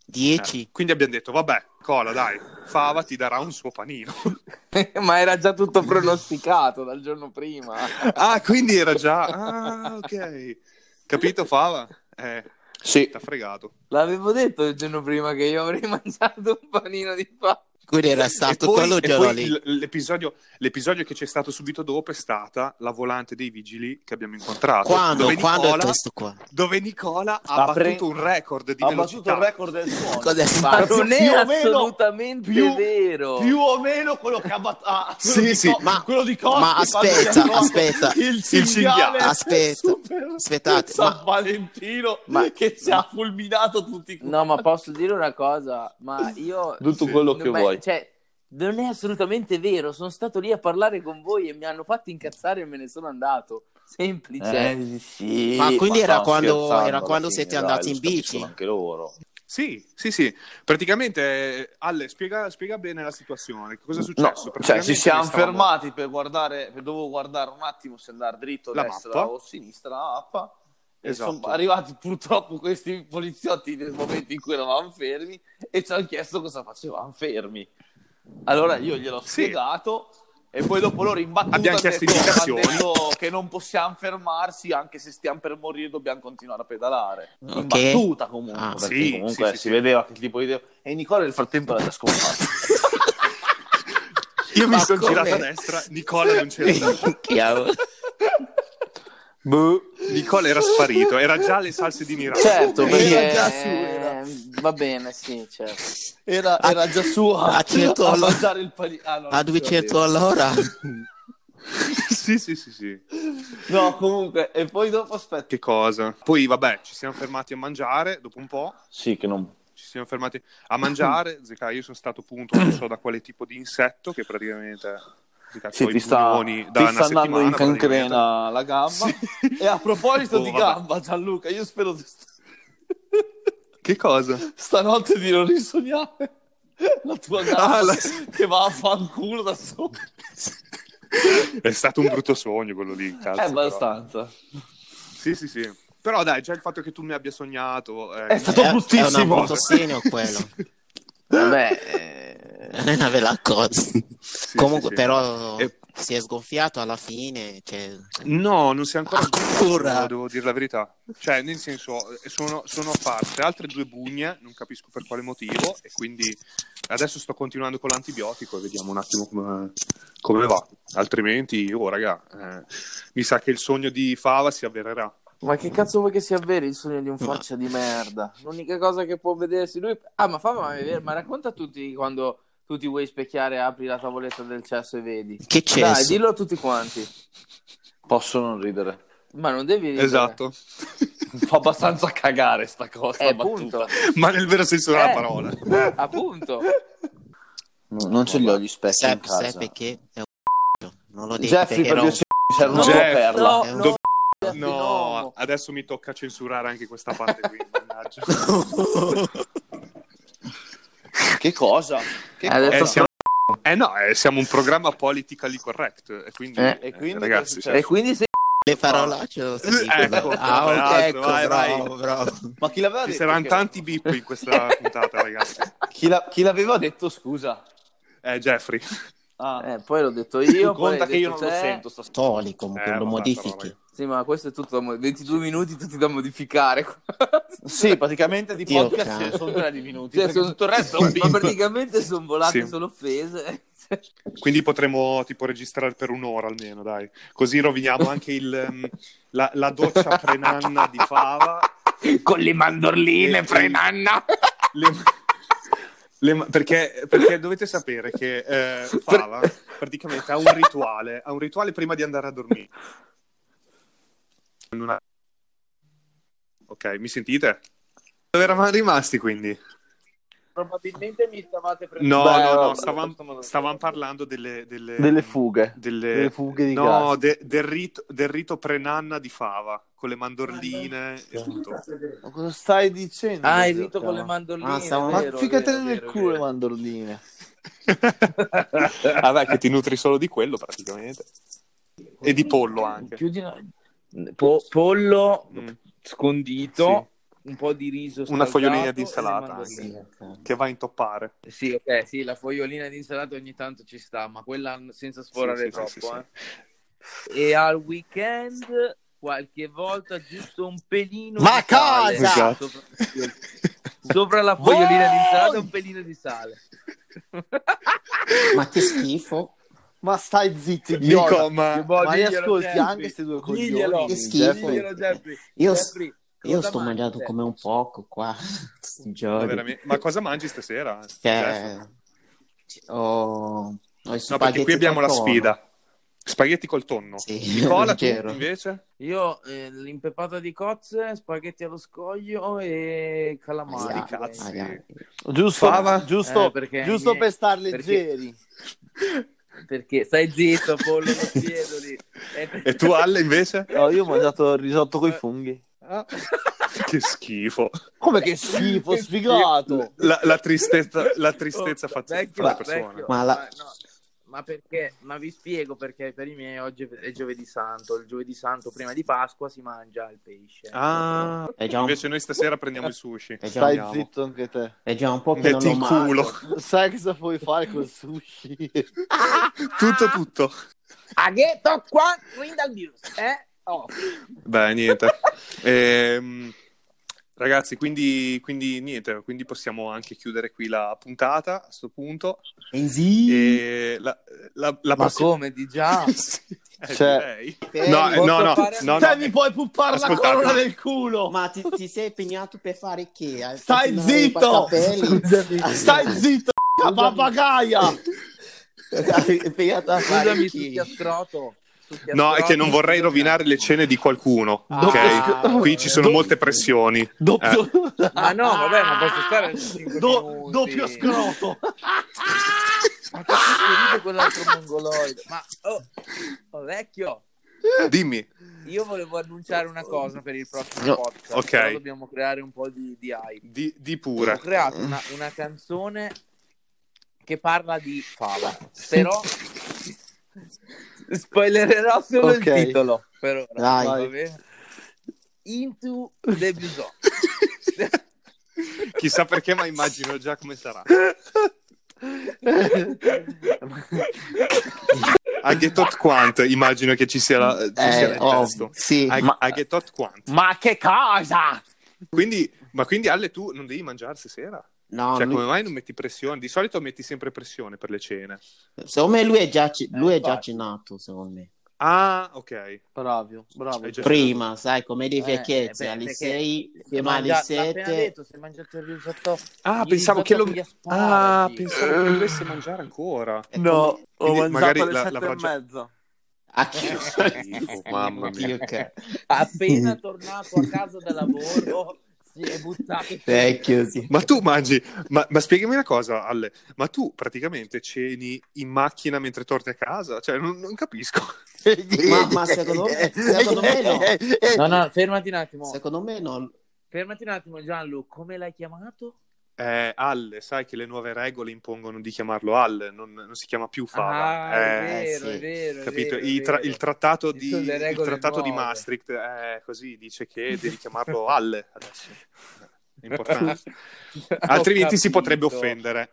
Speaker 4: 10?
Speaker 1: Eh, Quindi abbiamo detto, vabbè, Nicola, dai, Fava ti darà un suo panino.
Speaker 3: Ma era già tutto pronosticato dal giorno prima.
Speaker 1: ah, quindi era già... Ah, ok. Capito Fava? Eh,
Speaker 2: Sì.
Speaker 1: t'ha fregato.
Speaker 3: L'avevo detto il giorno prima che io avrei mangiato un panino di pane.
Speaker 4: Quindi era
Speaker 1: E poi,
Speaker 4: stato Esatto, quello
Speaker 1: e
Speaker 4: giorno
Speaker 1: poi
Speaker 4: lì.
Speaker 1: il- l'episodio, l'episodio che c'è stato subito dopo è stata la volante dei vigili che abbiamo incontrato.
Speaker 4: Quando?
Speaker 1: Dove
Speaker 4: Quando è
Speaker 1: Nicola-
Speaker 4: questo qua?
Speaker 1: dove Nicola ha
Speaker 2: Ha pre-
Speaker 1: battuto un record di
Speaker 2: Ha battuto
Speaker 1: velocità.
Speaker 2: il record del suono.
Speaker 4: Cos'è
Speaker 3: Ma
Speaker 4: stato?
Speaker 3: non è
Speaker 2: più o meno-
Speaker 3: assolutamente
Speaker 2: più-
Speaker 3: vero.
Speaker 2: Più o meno quello che ha bat- ah, quello
Speaker 1: Sì,
Speaker 2: di
Speaker 1: sì,
Speaker 2: Co-
Speaker 4: ma-
Speaker 2: quello di Costi
Speaker 4: ma
Speaker 2: quando
Speaker 4: aspetta,
Speaker 2: si è rotto
Speaker 4: aspetta.
Speaker 2: Il cinghiale.
Speaker 1: cinghiale.
Speaker 4: Aspetta,
Speaker 2: Super-
Speaker 4: aspettate,
Speaker 2: San
Speaker 4: ma-
Speaker 2: Valentino
Speaker 3: Ma-
Speaker 2: che ci ha fulminato tutti.
Speaker 3: No, ma posso dire una cosa, ma io...
Speaker 2: Tutto
Speaker 1: Sì.
Speaker 2: quello che
Speaker 3: ma-
Speaker 2: vuoi.
Speaker 3: Cioè, non è assolutamente vero. Sono stato lì a parlare con voi e mi hanno fatto incazzare e me ne sono andato. Semplice.
Speaker 2: Eh, sì,
Speaker 4: Ma quindi era
Speaker 2: stanno
Speaker 4: quando-
Speaker 2: scherzando
Speaker 4: era
Speaker 2: alla
Speaker 4: quando
Speaker 2: fine,
Speaker 4: siete
Speaker 2: dai,
Speaker 4: andati
Speaker 2: lo
Speaker 4: in bici?
Speaker 2: capiscono Anche loro.
Speaker 1: Sì, sì, sì. Praticamente, eh, Ale, spiega, spiega bene la situazione. Che Cosa è
Speaker 2: No,
Speaker 1: successo?
Speaker 2: cioè
Speaker 1: Praticamente
Speaker 2: ci siamo
Speaker 1: noi stavamo-
Speaker 2: fermati per guardare, per- dovevo guardare un attimo se andare dritto,
Speaker 1: La
Speaker 2: destra
Speaker 1: mappa.
Speaker 2: o sinistra la mappa. E
Speaker 1: Esatto.
Speaker 2: sono arrivati purtroppo questi poliziotti nel momento in cui eravamo fermi e ci hanno chiesto cosa facevamo fermi. Allora io gliel'ho
Speaker 1: Sì.
Speaker 2: spiegato e poi dopo loro in battuta
Speaker 1: Abbiamo
Speaker 2: hanno
Speaker 1: chiesto
Speaker 2: detto-
Speaker 1: indicazioni.
Speaker 2: hanno detto che non possiamo fermarsi anche se stiamo per morire dobbiamo continuare a pedalare. In
Speaker 4: Ok.
Speaker 2: battuta comunque,
Speaker 4: Ah.
Speaker 2: perché
Speaker 1: Sì,
Speaker 2: comunque
Speaker 1: sì, sì,
Speaker 2: si
Speaker 1: sì.
Speaker 2: vedeva che tipo di idea. E Nicola nel frattempo era già scomparso.
Speaker 1: Io mi
Speaker 4: Ma
Speaker 1: sono
Speaker 4: come?
Speaker 1: girato a destra, Nicola non c'era. più.
Speaker 4: Chiaro.
Speaker 2: boh.
Speaker 1: Nicola era sparito, era già alle salse di Miracolo.
Speaker 3: Certo,
Speaker 2: Era
Speaker 3: perché... eh,
Speaker 2: già su, era.
Speaker 3: Va bene, sì, certo.
Speaker 2: Era,
Speaker 4: A-
Speaker 2: era già suo a,
Speaker 4: a cento
Speaker 2: a
Speaker 4: allo-
Speaker 2: mangiare il panino. Ah, no, non
Speaker 4: A
Speaker 2: ce la
Speaker 4: 200 all'ora?
Speaker 1: sì, sì, sì, sì.
Speaker 2: devo. No, comunque, e poi dopo aspetta.
Speaker 1: Che cosa? Poi, vabbè, ci siamo fermati a mangiare, dopo un po'.
Speaker 2: Sì, che non...
Speaker 1: Ci siamo fermati a mangiare. Zecca, io sono stato punto, non so da quale tipo di insetto, che praticamente... Zecca,
Speaker 2: Sì,
Speaker 1: c'ho i
Speaker 2: ti sta,
Speaker 1: polmoni da
Speaker 2: ti
Speaker 1: una
Speaker 2: sta andando in
Speaker 1: settimana, praticamente.
Speaker 2: cancrena la gamba. E a proposito
Speaker 1: Oh,
Speaker 2: di
Speaker 1: vabbè.
Speaker 2: gamba, Gianluca, io spero di st-
Speaker 1: Che cosa?
Speaker 2: stanotte di non risognare la tua gamba
Speaker 1: Ah, la-
Speaker 2: che va a fanculo da sopra.
Speaker 1: È stato un brutto sogno quello lì, cazzo.
Speaker 2: È
Speaker 1: però.
Speaker 2: Eh, abbastanza.
Speaker 1: Sì, sì, sì. Però dai, già il fatto che tu mi abbia sognato... eh,
Speaker 2: È stato
Speaker 4: È- È un
Speaker 2: bruttissimo.
Speaker 4: brutto segno quello.
Speaker 3: Vabbè, eh,
Speaker 4: Non è una bella cosa. Comunque,
Speaker 1: sì.
Speaker 4: però,
Speaker 1: E- Mm.
Speaker 4: si è sgonfiato alla fine. Cioè...
Speaker 1: No, non si è ancora...
Speaker 4: Ancora?
Speaker 1: No, devo dire la verità. Cioè, nel senso, eh, sono, sono apparse altre due bugne, non capisco per quale motivo, e quindi adesso sto continuando con l'antibiotico e vediamo un attimo come, come va. Altrimenti, oh raga, eh, mi sa che il sogno di Fava si avvererà.
Speaker 3: ma che cazzo vuoi che sia vero il sogno di un faccia di merda? L'unica cosa che può vedersi lui. Ah, ma fa, ma, ma racconta a tutti quando tu ti vuoi specchiare, apri la tavoletta del cesso e vedi.
Speaker 4: Che c'è?
Speaker 3: Dai, dillo a tutti quanti.
Speaker 2: Posso non ridere.
Speaker 3: Ma non devi ridere.
Speaker 1: Esatto.
Speaker 2: Fa abbastanza cagare sta cosa.
Speaker 3: Eh,
Speaker 2: sta battuta.
Speaker 3: punto.
Speaker 1: Ma nel vero senso della
Speaker 3: Eh.
Speaker 1: parola.
Speaker 3: Appunto.
Speaker 2: No, non ce li ho gli specchi in
Speaker 4: sai, sai
Speaker 2: casa.
Speaker 4: perché è un non lo dico
Speaker 2: Jeffrey,
Speaker 4: perché
Speaker 2: per
Speaker 4: era un-
Speaker 2: piacere, c'era una
Speaker 1: No,
Speaker 2: tua
Speaker 1: Jeff,
Speaker 2: perla.
Speaker 3: No,
Speaker 4: È un-
Speaker 3: no,
Speaker 1: Dov-
Speaker 3: Jeffy,
Speaker 1: No, adesso mi tocca censurare anche questa parte qui. mannaggia.
Speaker 2: Che cosa? Che
Speaker 3: Adesso-
Speaker 2: cosa?
Speaker 1: Eh, siamo... eh, no, eh, siamo un programma politically correct. E quindi,
Speaker 3: Eh,
Speaker 2: e quindi
Speaker 1: eh, ragazzi,
Speaker 2: cosa è
Speaker 3: E quindi sei
Speaker 4: le parolacce non si dicono.
Speaker 1: Ecco,
Speaker 4: ah, ok,
Speaker 1: bravo,
Speaker 4: ecco,
Speaker 1: vai, vai.
Speaker 4: bravo, bravo.
Speaker 2: Ma chi l'aveva
Speaker 1: ci
Speaker 2: detto?
Speaker 1: saranno
Speaker 2: che-
Speaker 1: tanti bip in questa puntata, ragazzi.
Speaker 2: Chi, la- chi l'aveva detto, scusa?
Speaker 1: Eh, Jeffrey.
Speaker 2: Ah,
Speaker 3: Eh, poi l'ho detto io. poi
Speaker 2: conta
Speaker 3: l'hai
Speaker 2: che io non
Speaker 3: detto
Speaker 2: lo
Speaker 3: te.
Speaker 2: sento stasera.
Speaker 4: Toli comunque
Speaker 1: Eh,
Speaker 4: lo
Speaker 1: vabbè,
Speaker 4: modifichi.
Speaker 1: però,
Speaker 3: Sì, ma questo è tutto. da mo- 22 minuti tutti da modificare.
Speaker 2: Sì, praticamente di
Speaker 4: Dio
Speaker 2: podcast
Speaker 4: cazzo.
Speaker 2: sono tre di minuti.
Speaker 3: Cioè,
Speaker 2: perché
Speaker 3: sono-
Speaker 2: tutto il resto è un
Speaker 3: ma
Speaker 2: bip.
Speaker 3: praticamente sono volate
Speaker 1: Sì.
Speaker 3: solo offese.
Speaker 1: Quindi potremo tipo registrare per un'ora almeno, dai. Così roviniamo anche il, ehm, la, la doccia frenanna di Fava.
Speaker 3: Con le mandorline,
Speaker 1: Eh, Le- le ma- perché, perché dovete sapere che eh, Fava praticamente ha un rituale, ha un rituale prima di andare a dormire. Non ha- Ok, mi sentite? Dove eravamo rimasti quindi?
Speaker 3: Probabilmente mi stavate
Speaker 1: No,
Speaker 2: Beh,
Speaker 1: no, no,
Speaker 2: vabbè,
Speaker 1: stavamo, stavamo parlando delle, delle-
Speaker 2: Delle fughe.
Speaker 1: delle-
Speaker 2: delle fughe di
Speaker 1: no,
Speaker 2: gas.
Speaker 1: de- del, rito, del rito prenanna di Fava con le mandorline e tutto.
Speaker 2: Ma cosa stai dicendo?
Speaker 3: Ah, il
Speaker 2: zio
Speaker 3: rito con le
Speaker 2: Carlo?
Speaker 3: mandorline.
Speaker 4: Ah, stavamo-
Speaker 3: è vero,
Speaker 2: Ma ficcatene
Speaker 3: vero,
Speaker 2: nel
Speaker 3: vero,
Speaker 2: culo le Ah,
Speaker 3: vero.
Speaker 2: mandorline.
Speaker 1: Vabbè, Ah, che ti nutri solo di quello praticamente. E di pollo anche.
Speaker 3: Più di una- Po- pollo
Speaker 1: Mm.
Speaker 3: scondito, un po' di riso.
Speaker 1: Una
Speaker 3: scaldato
Speaker 1: fogliolina di
Speaker 3: e le
Speaker 1: insalata
Speaker 3: mandorline.
Speaker 1: Che va a intoppare.
Speaker 3: Sì, ok, sì, la fogliolina di insalata ogni tanto ci sta, ma quella senza sforare
Speaker 1: Sì, sì,
Speaker 3: troppo.
Speaker 1: sì,
Speaker 3: eh. E al weekend qualche volta giusto un pelino
Speaker 4: Ma
Speaker 3: di sale
Speaker 4: cosa?
Speaker 1: Esatto.
Speaker 3: sopra, sopra la fogliolina di insalata un pelino di sale.
Speaker 4: Ma che schifo.
Speaker 2: Ma stai zitti,
Speaker 1: Nico, ma-
Speaker 2: idiota. Ma li
Speaker 3: Boh, Diglielo,
Speaker 2: ascolti
Speaker 3: Jeffrey.
Speaker 2: anche questi due coglioni,
Speaker 3: Diglielo.
Speaker 4: Che schifo.
Speaker 3: Diglielo, Jeffrey.
Speaker 4: Io-
Speaker 3: Jeffrey,
Speaker 4: Io
Speaker 3: cosa
Speaker 4: sto
Speaker 3: mangi,
Speaker 4: mangiando
Speaker 3: te?
Speaker 4: come un poco qua. Cioè, Sti
Speaker 1: Ma,
Speaker 4: giorni.
Speaker 1: veramente- ma cosa mangi stasera? Jeff?
Speaker 4: Che- Ho... ho i
Speaker 1: No, perché
Speaker 4: spaghetti
Speaker 1: qui abbiamo la
Speaker 4: col tonno.
Speaker 1: sfida. Spaghetti col tonno.
Speaker 4: Sì,
Speaker 1: Nicola, tu
Speaker 4: vero.
Speaker 1: invece?
Speaker 3: Io eh, l'impepata di cozze, spaghetti allo scoglio e calamari.
Speaker 1: Sti cazzi.
Speaker 3: penso.
Speaker 4: Magari.
Speaker 2: Giusto,
Speaker 1: Fava?
Speaker 2: giusto,
Speaker 3: Eh, perché
Speaker 2: giusto
Speaker 3: mi-
Speaker 2: per star
Speaker 3: perché-
Speaker 2: leggeri.
Speaker 3: Perché stai zitto, pollo, lo spiedo lì. Eh,
Speaker 1: E tu, Alle, invece?
Speaker 2: No, io ho mangiato il risotto coi funghi.
Speaker 1: Che schifo.
Speaker 2: Come che schifo, sfigato.
Speaker 1: La, la tristezza, la tristezza
Speaker 3: Oh,
Speaker 1: fa
Speaker 3: vecchio,
Speaker 1: fa le
Speaker 3: vecchio,
Speaker 1: persone.
Speaker 4: Ma la-
Speaker 3: no, ma perché? Ma vi spiego perché per i miei oggi è giovedì santo. Il giovedì santo prima di Pasqua si mangia il pesce.
Speaker 1: Ah,
Speaker 4: È già un,
Speaker 1: invece noi stasera prendiamo il sushi.
Speaker 4: è già un-
Speaker 2: Stai
Speaker 1: andiamo.
Speaker 2: zitto anche te.
Speaker 4: è già un po' che non
Speaker 1: Metti
Speaker 4: lo
Speaker 1: il culo.
Speaker 4: mangio.
Speaker 2: Sai cosa puoi fare col sushi?
Speaker 1: Tutto, tutto.
Speaker 3: Aghetto qua, quindi al virus. Eh? Oh.
Speaker 1: Beh, niente. Ehm, ragazzi, quindi, quindi niente, quindi possiamo anche chiudere qui la puntata a questo punto.
Speaker 4: Eh sì.
Speaker 1: E la, la, la
Speaker 3: Ma
Speaker 1: prossima-
Speaker 3: come di già?
Speaker 1: Sì, eh,
Speaker 2: Cioè-
Speaker 1: direi.
Speaker 4: Eh,
Speaker 1: No, eh, no, no,
Speaker 3: fare-
Speaker 1: no, no.
Speaker 2: te Cioè, mi puoi puppare la
Speaker 1: Ascoltate.
Speaker 2: corona del culo.
Speaker 4: Ma ti, ti sei impegnato per fare che?
Speaker 2: Stai
Speaker 4: Continuare
Speaker 2: zitto!
Speaker 4: con i capelli?
Speaker 2: Stai zitto, c***a pappagaia.
Speaker 4: Stai impegnato a fare
Speaker 3: Scusami,
Speaker 4: che?
Speaker 3: succhiastroto.
Speaker 1: No, è che non vorrei rovinare le cene di qualcuno,
Speaker 4: Ah,
Speaker 1: ok? Qui ci sono
Speaker 4: doppio-
Speaker 1: molte pressioni.
Speaker 2: Doppio,
Speaker 3: Eh. Ma no, vabbè, ma posso stare cinque
Speaker 2: do-
Speaker 3: minuti.
Speaker 2: doppio scroto.
Speaker 3: Ma che cazzo ride quell'altro mongoloide? Ma oh, oh, vecchio,
Speaker 1: Dimmi.
Speaker 3: io volevo annunciare una cosa per il prossimo
Speaker 4: No,
Speaker 3: podcast.
Speaker 1: ok.
Speaker 3: però dobbiamo creare un po' di, di hype.
Speaker 1: Di, di
Speaker 3: Ho
Speaker 1: pure.
Speaker 3: creato una, una canzone che parla di fava, però spoilererò solo
Speaker 2: Ok.
Speaker 3: il titolo per ora.
Speaker 4: Dai.
Speaker 3: va bene? into the bison.
Speaker 1: Chissà perché, ma immagino già come sarà. I get hot quant, immagino che ci sia, la, ci sia
Speaker 4: Eh,
Speaker 1: nel
Speaker 4: oh,
Speaker 1: testo.
Speaker 4: sì.
Speaker 1: I,
Speaker 2: Ma-
Speaker 1: I get hot quant.
Speaker 2: Ma che cosa?
Speaker 1: Quindi, ma quindi Ale tu non devi mangiare stasera?
Speaker 4: No,
Speaker 1: cioè,
Speaker 4: lui-
Speaker 1: come mai non metti pressione? Di solito metti sempre pressione per le cene.
Speaker 4: secondo me lui è già, ci- lui è già
Speaker 3: Eh, infatti.
Speaker 4: cenato, secondo me.
Speaker 1: Ah, ok.
Speaker 3: Bravo, bravo.
Speaker 1: Hai già-
Speaker 4: Prima, sai, come dei
Speaker 3: Eh,
Speaker 4: vecchezzi,
Speaker 3: beh,
Speaker 4: alle
Speaker 3: perché
Speaker 4: 6,
Speaker 3: Se
Speaker 4: prima alle
Speaker 3: mangia- l'ha
Speaker 4: 7.
Speaker 3: detto, se mangiate il risotto...
Speaker 1: Ah,
Speaker 3: il
Speaker 1: pensavo
Speaker 3: risotto
Speaker 1: che lo...
Speaker 3: con gli asparagi.
Speaker 1: Ah, pensavo che dovesse mangiare ancora.
Speaker 5: No, ho
Speaker 1: Quindi magari
Speaker 5: mangiato alle
Speaker 1: la-
Speaker 5: sette
Speaker 1: l'avrà
Speaker 5: e
Speaker 1: già-
Speaker 5: mezza.
Speaker 4: A chi?
Speaker 1: Schifo, mamma mia.
Speaker 4: Io che-
Speaker 3: Appena tornato a casa da lavoro, si è buttato...
Speaker 4: Vecchio, sì.
Speaker 1: Ma tu mangi... Ma, ma spiegami una cosa, Ale. Ma tu praticamente ceni in macchina mentre torni a casa? Cioè, non, non capisco.
Speaker 4: Ma- ma secondo me- secondo me
Speaker 3: No, no, fermati un attimo.
Speaker 4: Secondo me no.
Speaker 3: Fermati un attimo, Gianlu. Come l'hai chiamato?
Speaker 1: Eh, Alle, sai che le nuove regole impongono di chiamarlo Alle, non, non si chiama più Fava.
Speaker 3: Ah,
Speaker 1: Eh,
Speaker 3: è vero,
Speaker 4: sì.
Speaker 3: è vero. è
Speaker 1: Capito?
Speaker 3: vero, è
Speaker 1: I tra-
Speaker 3: vero.
Speaker 1: il trattato,
Speaker 3: Ci
Speaker 1: di,
Speaker 3: sono le
Speaker 1: il
Speaker 3: regole
Speaker 1: trattato di
Speaker 3: nuove.
Speaker 1: Maastricht eh, così dice che devi chiamarlo Alle adesso. È importante. Altrimenti
Speaker 3: Ho
Speaker 1: si potrebbe
Speaker 3: capito.
Speaker 1: offendere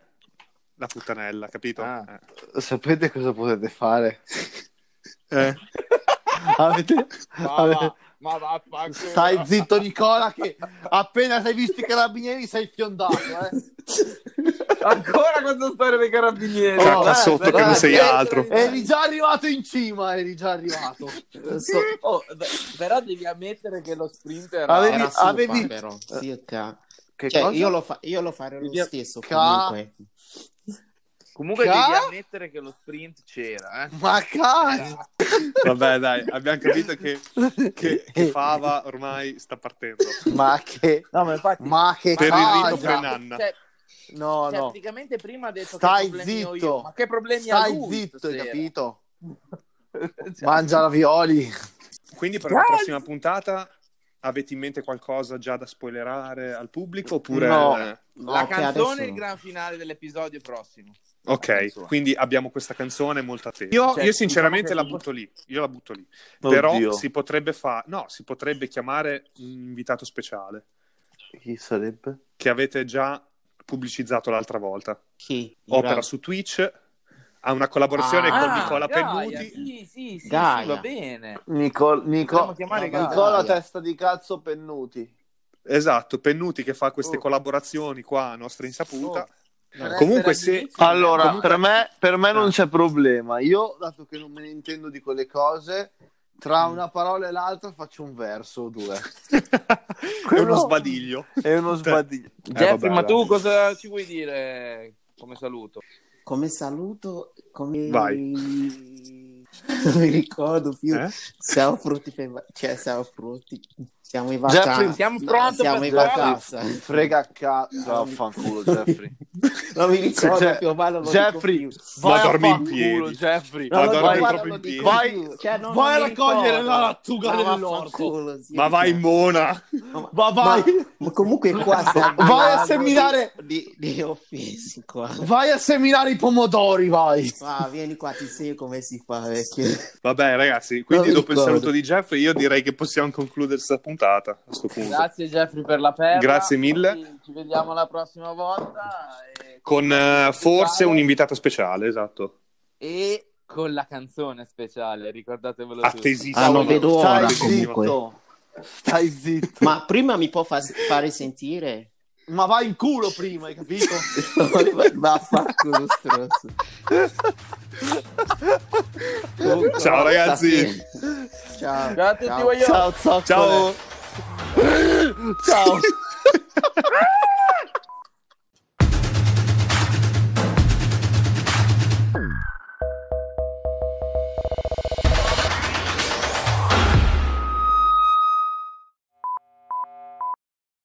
Speaker 1: la puttanella, capito?
Speaker 5: Ah. Sapete cosa potete fare?
Speaker 1: Eh. Eh.
Speaker 5: Avete...
Speaker 2: Ma,
Speaker 5: avete-
Speaker 2: va, ma vaffanculo.
Speaker 5: Stai zitto Nicola che appena sei visto i carabinieri sei fiondato, eh.
Speaker 2: Ancora questa storia dei carabinieri.
Speaker 1: Cacca
Speaker 5: Oh, eh,
Speaker 1: sotto che
Speaker 5: guarda,
Speaker 1: non sei
Speaker 5: eh,
Speaker 1: altro.
Speaker 5: Eri già arrivato in cima, eri già arrivato.
Speaker 4: So-
Speaker 3: Oh, beh, però devi ammettere che lo sprinter
Speaker 5: Avevi-
Speaker 4: Era super,
Speaker 5: avevi-
Speaker 4: però. Sì, ok.
Speaker 5: Che
Speaker 4: Cioè,
Speaker 5: cosa?
Speaker 4: io, lo fa- io lo farei lo
Speaker 5: Via-
Speaker 4: stesso
Speaker 5: Ca-
Speaker 4: comunque.
Speaker 3: comunque
Speaker 5: Ca-
Speaker 3: devi ammettere che lo sprint c'era eh.
Speaker 5: Ma cazzo!
Speaker 1: Vabbè, dai, abbiamo capito che, che- che Fava ormai sta partendo.
Speaker 5: Ma che...
Speaker 3: no ma infatti
Speaker 5: Ma che
Speaker 1: Per il
Speaker 5: cosa?
Speaker 1: rito frenanna.
Speaker 3: cioè,
Speaker 5: No,
Speaker 3: cioè,
Speaker 5: no.
Speaker 3: praticamente prima ha detto
Speaker 5: Stai
Speaker 3: che problemi ho
Speaker 5: zitto.
Speaker 3: io, ma che problemi ha
Speaker 5: Stai
Speaker 3: lui
Speaker 5: zitto, hai
Speaker 3: stasera?
Speaker 5: capito?
Speaker 3: Cioè,
Speaker 5: Mangia ravioli.
Speaker 1: Quindi per la prossima puntata avete in mente qualcosa già da spoilerare al pubblico oppure... eh,
Speaker 5: No.
Speaker 4: No,
Speaker 3: la
Speaker 4: ok,
Speaker 3: canzone è
Speaker 4: adesso
Speaker 3: il
Speaker 4: no.
Speaker 3: gran finale dell'episodio prossimo
Speaker 1: Ok, quindi abbiamo questa canzone molto attesa. Io,
Speaker 3: Cioè,
Speaker 1: io sinceramente
Speaker 3: diciamo
Speaker 1: la
Speaker 3: che-
Speaker 1: butto lì, io la butto lì. Però
Speaker 5: Oddio,
Speaker 1: si potrebbe fare, no, si potrebbe chiamare un invitato speciale
Speaker 5: chi sarebbe?
Speaker 1: che avete già pubblicizzato l'altra volta.
Speaker 4: Chi?
Speaker 1: Opera
Speaker 4: Bra-
Speaker 1: su Twitch, ha una collaborazione
Speaker 4: Ah,
Speaker 1: con Nicola
Speaker 3: Gaia,
Speaker 1: Pennuti.
Speaker 3: sì, sì, sì,
Speaker 4: Gaia.
Speaker 3: sì, va bene
Speaker 5: Nico- Nico-
Speaker 3: Potremmo chiamare
Speaker 5: Nicola,
Speaker 4: Gaia.
Speaker 5: testa di cazzo pennuti.
Speaker 1: Esatto, Pennuti che fa queste
Speaker 5: Oh.
Speaker 1: collaborazioni qua a nostra insaputa.
Speaker 3: Oh.
Speaker 1: No. Comunque
Speaker 3: essere
Speaker 1: se-
Speaker 3: amici,
Speaker 5: Allora,
Speaker 3: comunque-
Speaker 5: per, me, per me
Speaker 1: Ah.
Speaker 5: non c'è problema. Io, dato che non me ne intendo di quelle cose, tra una parola e l'altra faccio un verso o due.
Speaker 1: È uno sbadiglio.
Speaker 5: È uno sbadiglio.
Speaker 1: vabbè,
Speaker 3: Jeffrey ma
Speaker 1: dai.
Speaker 3: tu cosa ci vuoi dire come saluto
Speaker 4: Come saluto, come... non mi ricordo più.
Speaker 1: Eh?
Speaker 4: Siamo pronti per... Cioè, siamo pronti. Siamo in
Speaker 5: Jeffrey,
Speaker 4: vacanza.
Speaker 3: siamo
Speaker 4: No,
Speaker 3: pronti
Speaker 4: siamo
Speaker 3: per
Speaker 4: in
Speaker 3: giocare.
Speaker 4: vacanza.
Speaker 5: Eh, Frega a cazzo. Vaffanculo, Jeffrey.
Speaker 4: Non mi ricordo
Speaker 5: Cioè,
Speaker 4: più, ma non lo
Speaker 5: Jeffrey,
Speaker 4: dico più.
Speaker 1: Ma
Speaker 5: a
Speaker 1: dormi in
Speaker 5: fanculo,
Speaker 1: piedi.
Speaker 5: Jeffrey.
Speaker 1: Ma
Speaker 4: No,
Speaker 1: dormi
Speaker 4: guarda,
Speaker 1: proprio
Speaker 4: non
Speaker 1: in piedi.
Speaker 4: dico
Speaker 5: Vai-
Speaker 4: più. Cioè, no,
Speaker 5: vai
Speaker 4: non
Speaker 5: a
Speaker 4: mi
Speaker 5: raccogliere
Speaker 4: ricordo.
Speaker 5: la lattuga
Speaker 4: Ma
Speaker 5: dell'orto.
Speaker 4: vaffanculo, sì,
Speaker 1: Ma vai
Speaker 4: cioè.
Speaker 1: mona!
Speaker 5: Va, vai.
Speaker 4: Ma, ma comunque qua stiamo
Speaker 5: Vai a
Speaker 4: parlando
Speaker 5: seminare-
Speaker 4: di, di, di offesi qua.
Speaker 5: Vai a seminare i pomodori, vai.
Speaker 4: Ah, vieni qua, ti insegno come si fa, vecchio.
Speaker 1: Vabbè, ragazzi, quindi
Speaker 4: mi
Speaker 1: dopo il
Speaker 4: ricordo.
Speaker 1: saluto di Jeffrey, io direi che possiamo concludere questa puntata a questo punto.
Speaker 3: Grazie Jeffrey per la perla.
Speaker 1: Grazie mille.
Speaker 3: Ci- Ci vediamo la prossima volta. e-
Speaker 1: Con eh, forse un invitato speciale, esatto.
Speaker 3: E con la canzone speciale, ricordatevelo tutti.
Speaker 1: Attesissimo.
Speaker 4: Ah, non vedo ora,
Speaker 5: Stai
Speaker 4: comunque.
Speaker 5: zitto. Stai zitto.
Speaker 4: Ma prima mi può fa- fare sentire?
Speaker 5: Ma vai in culo prima, hai capito?
Speaker 4: Vaffanculo stronzo. Comunque,
Speaker 1: Ciao, ragazzi.
Speaker 4: stasera. Ciao.
Speaker 3: Ciao a tutti, voglio-
Speaker 5: Ciao, ciao.
Speaker 1: Ciao!
Speaker 5: Ciao.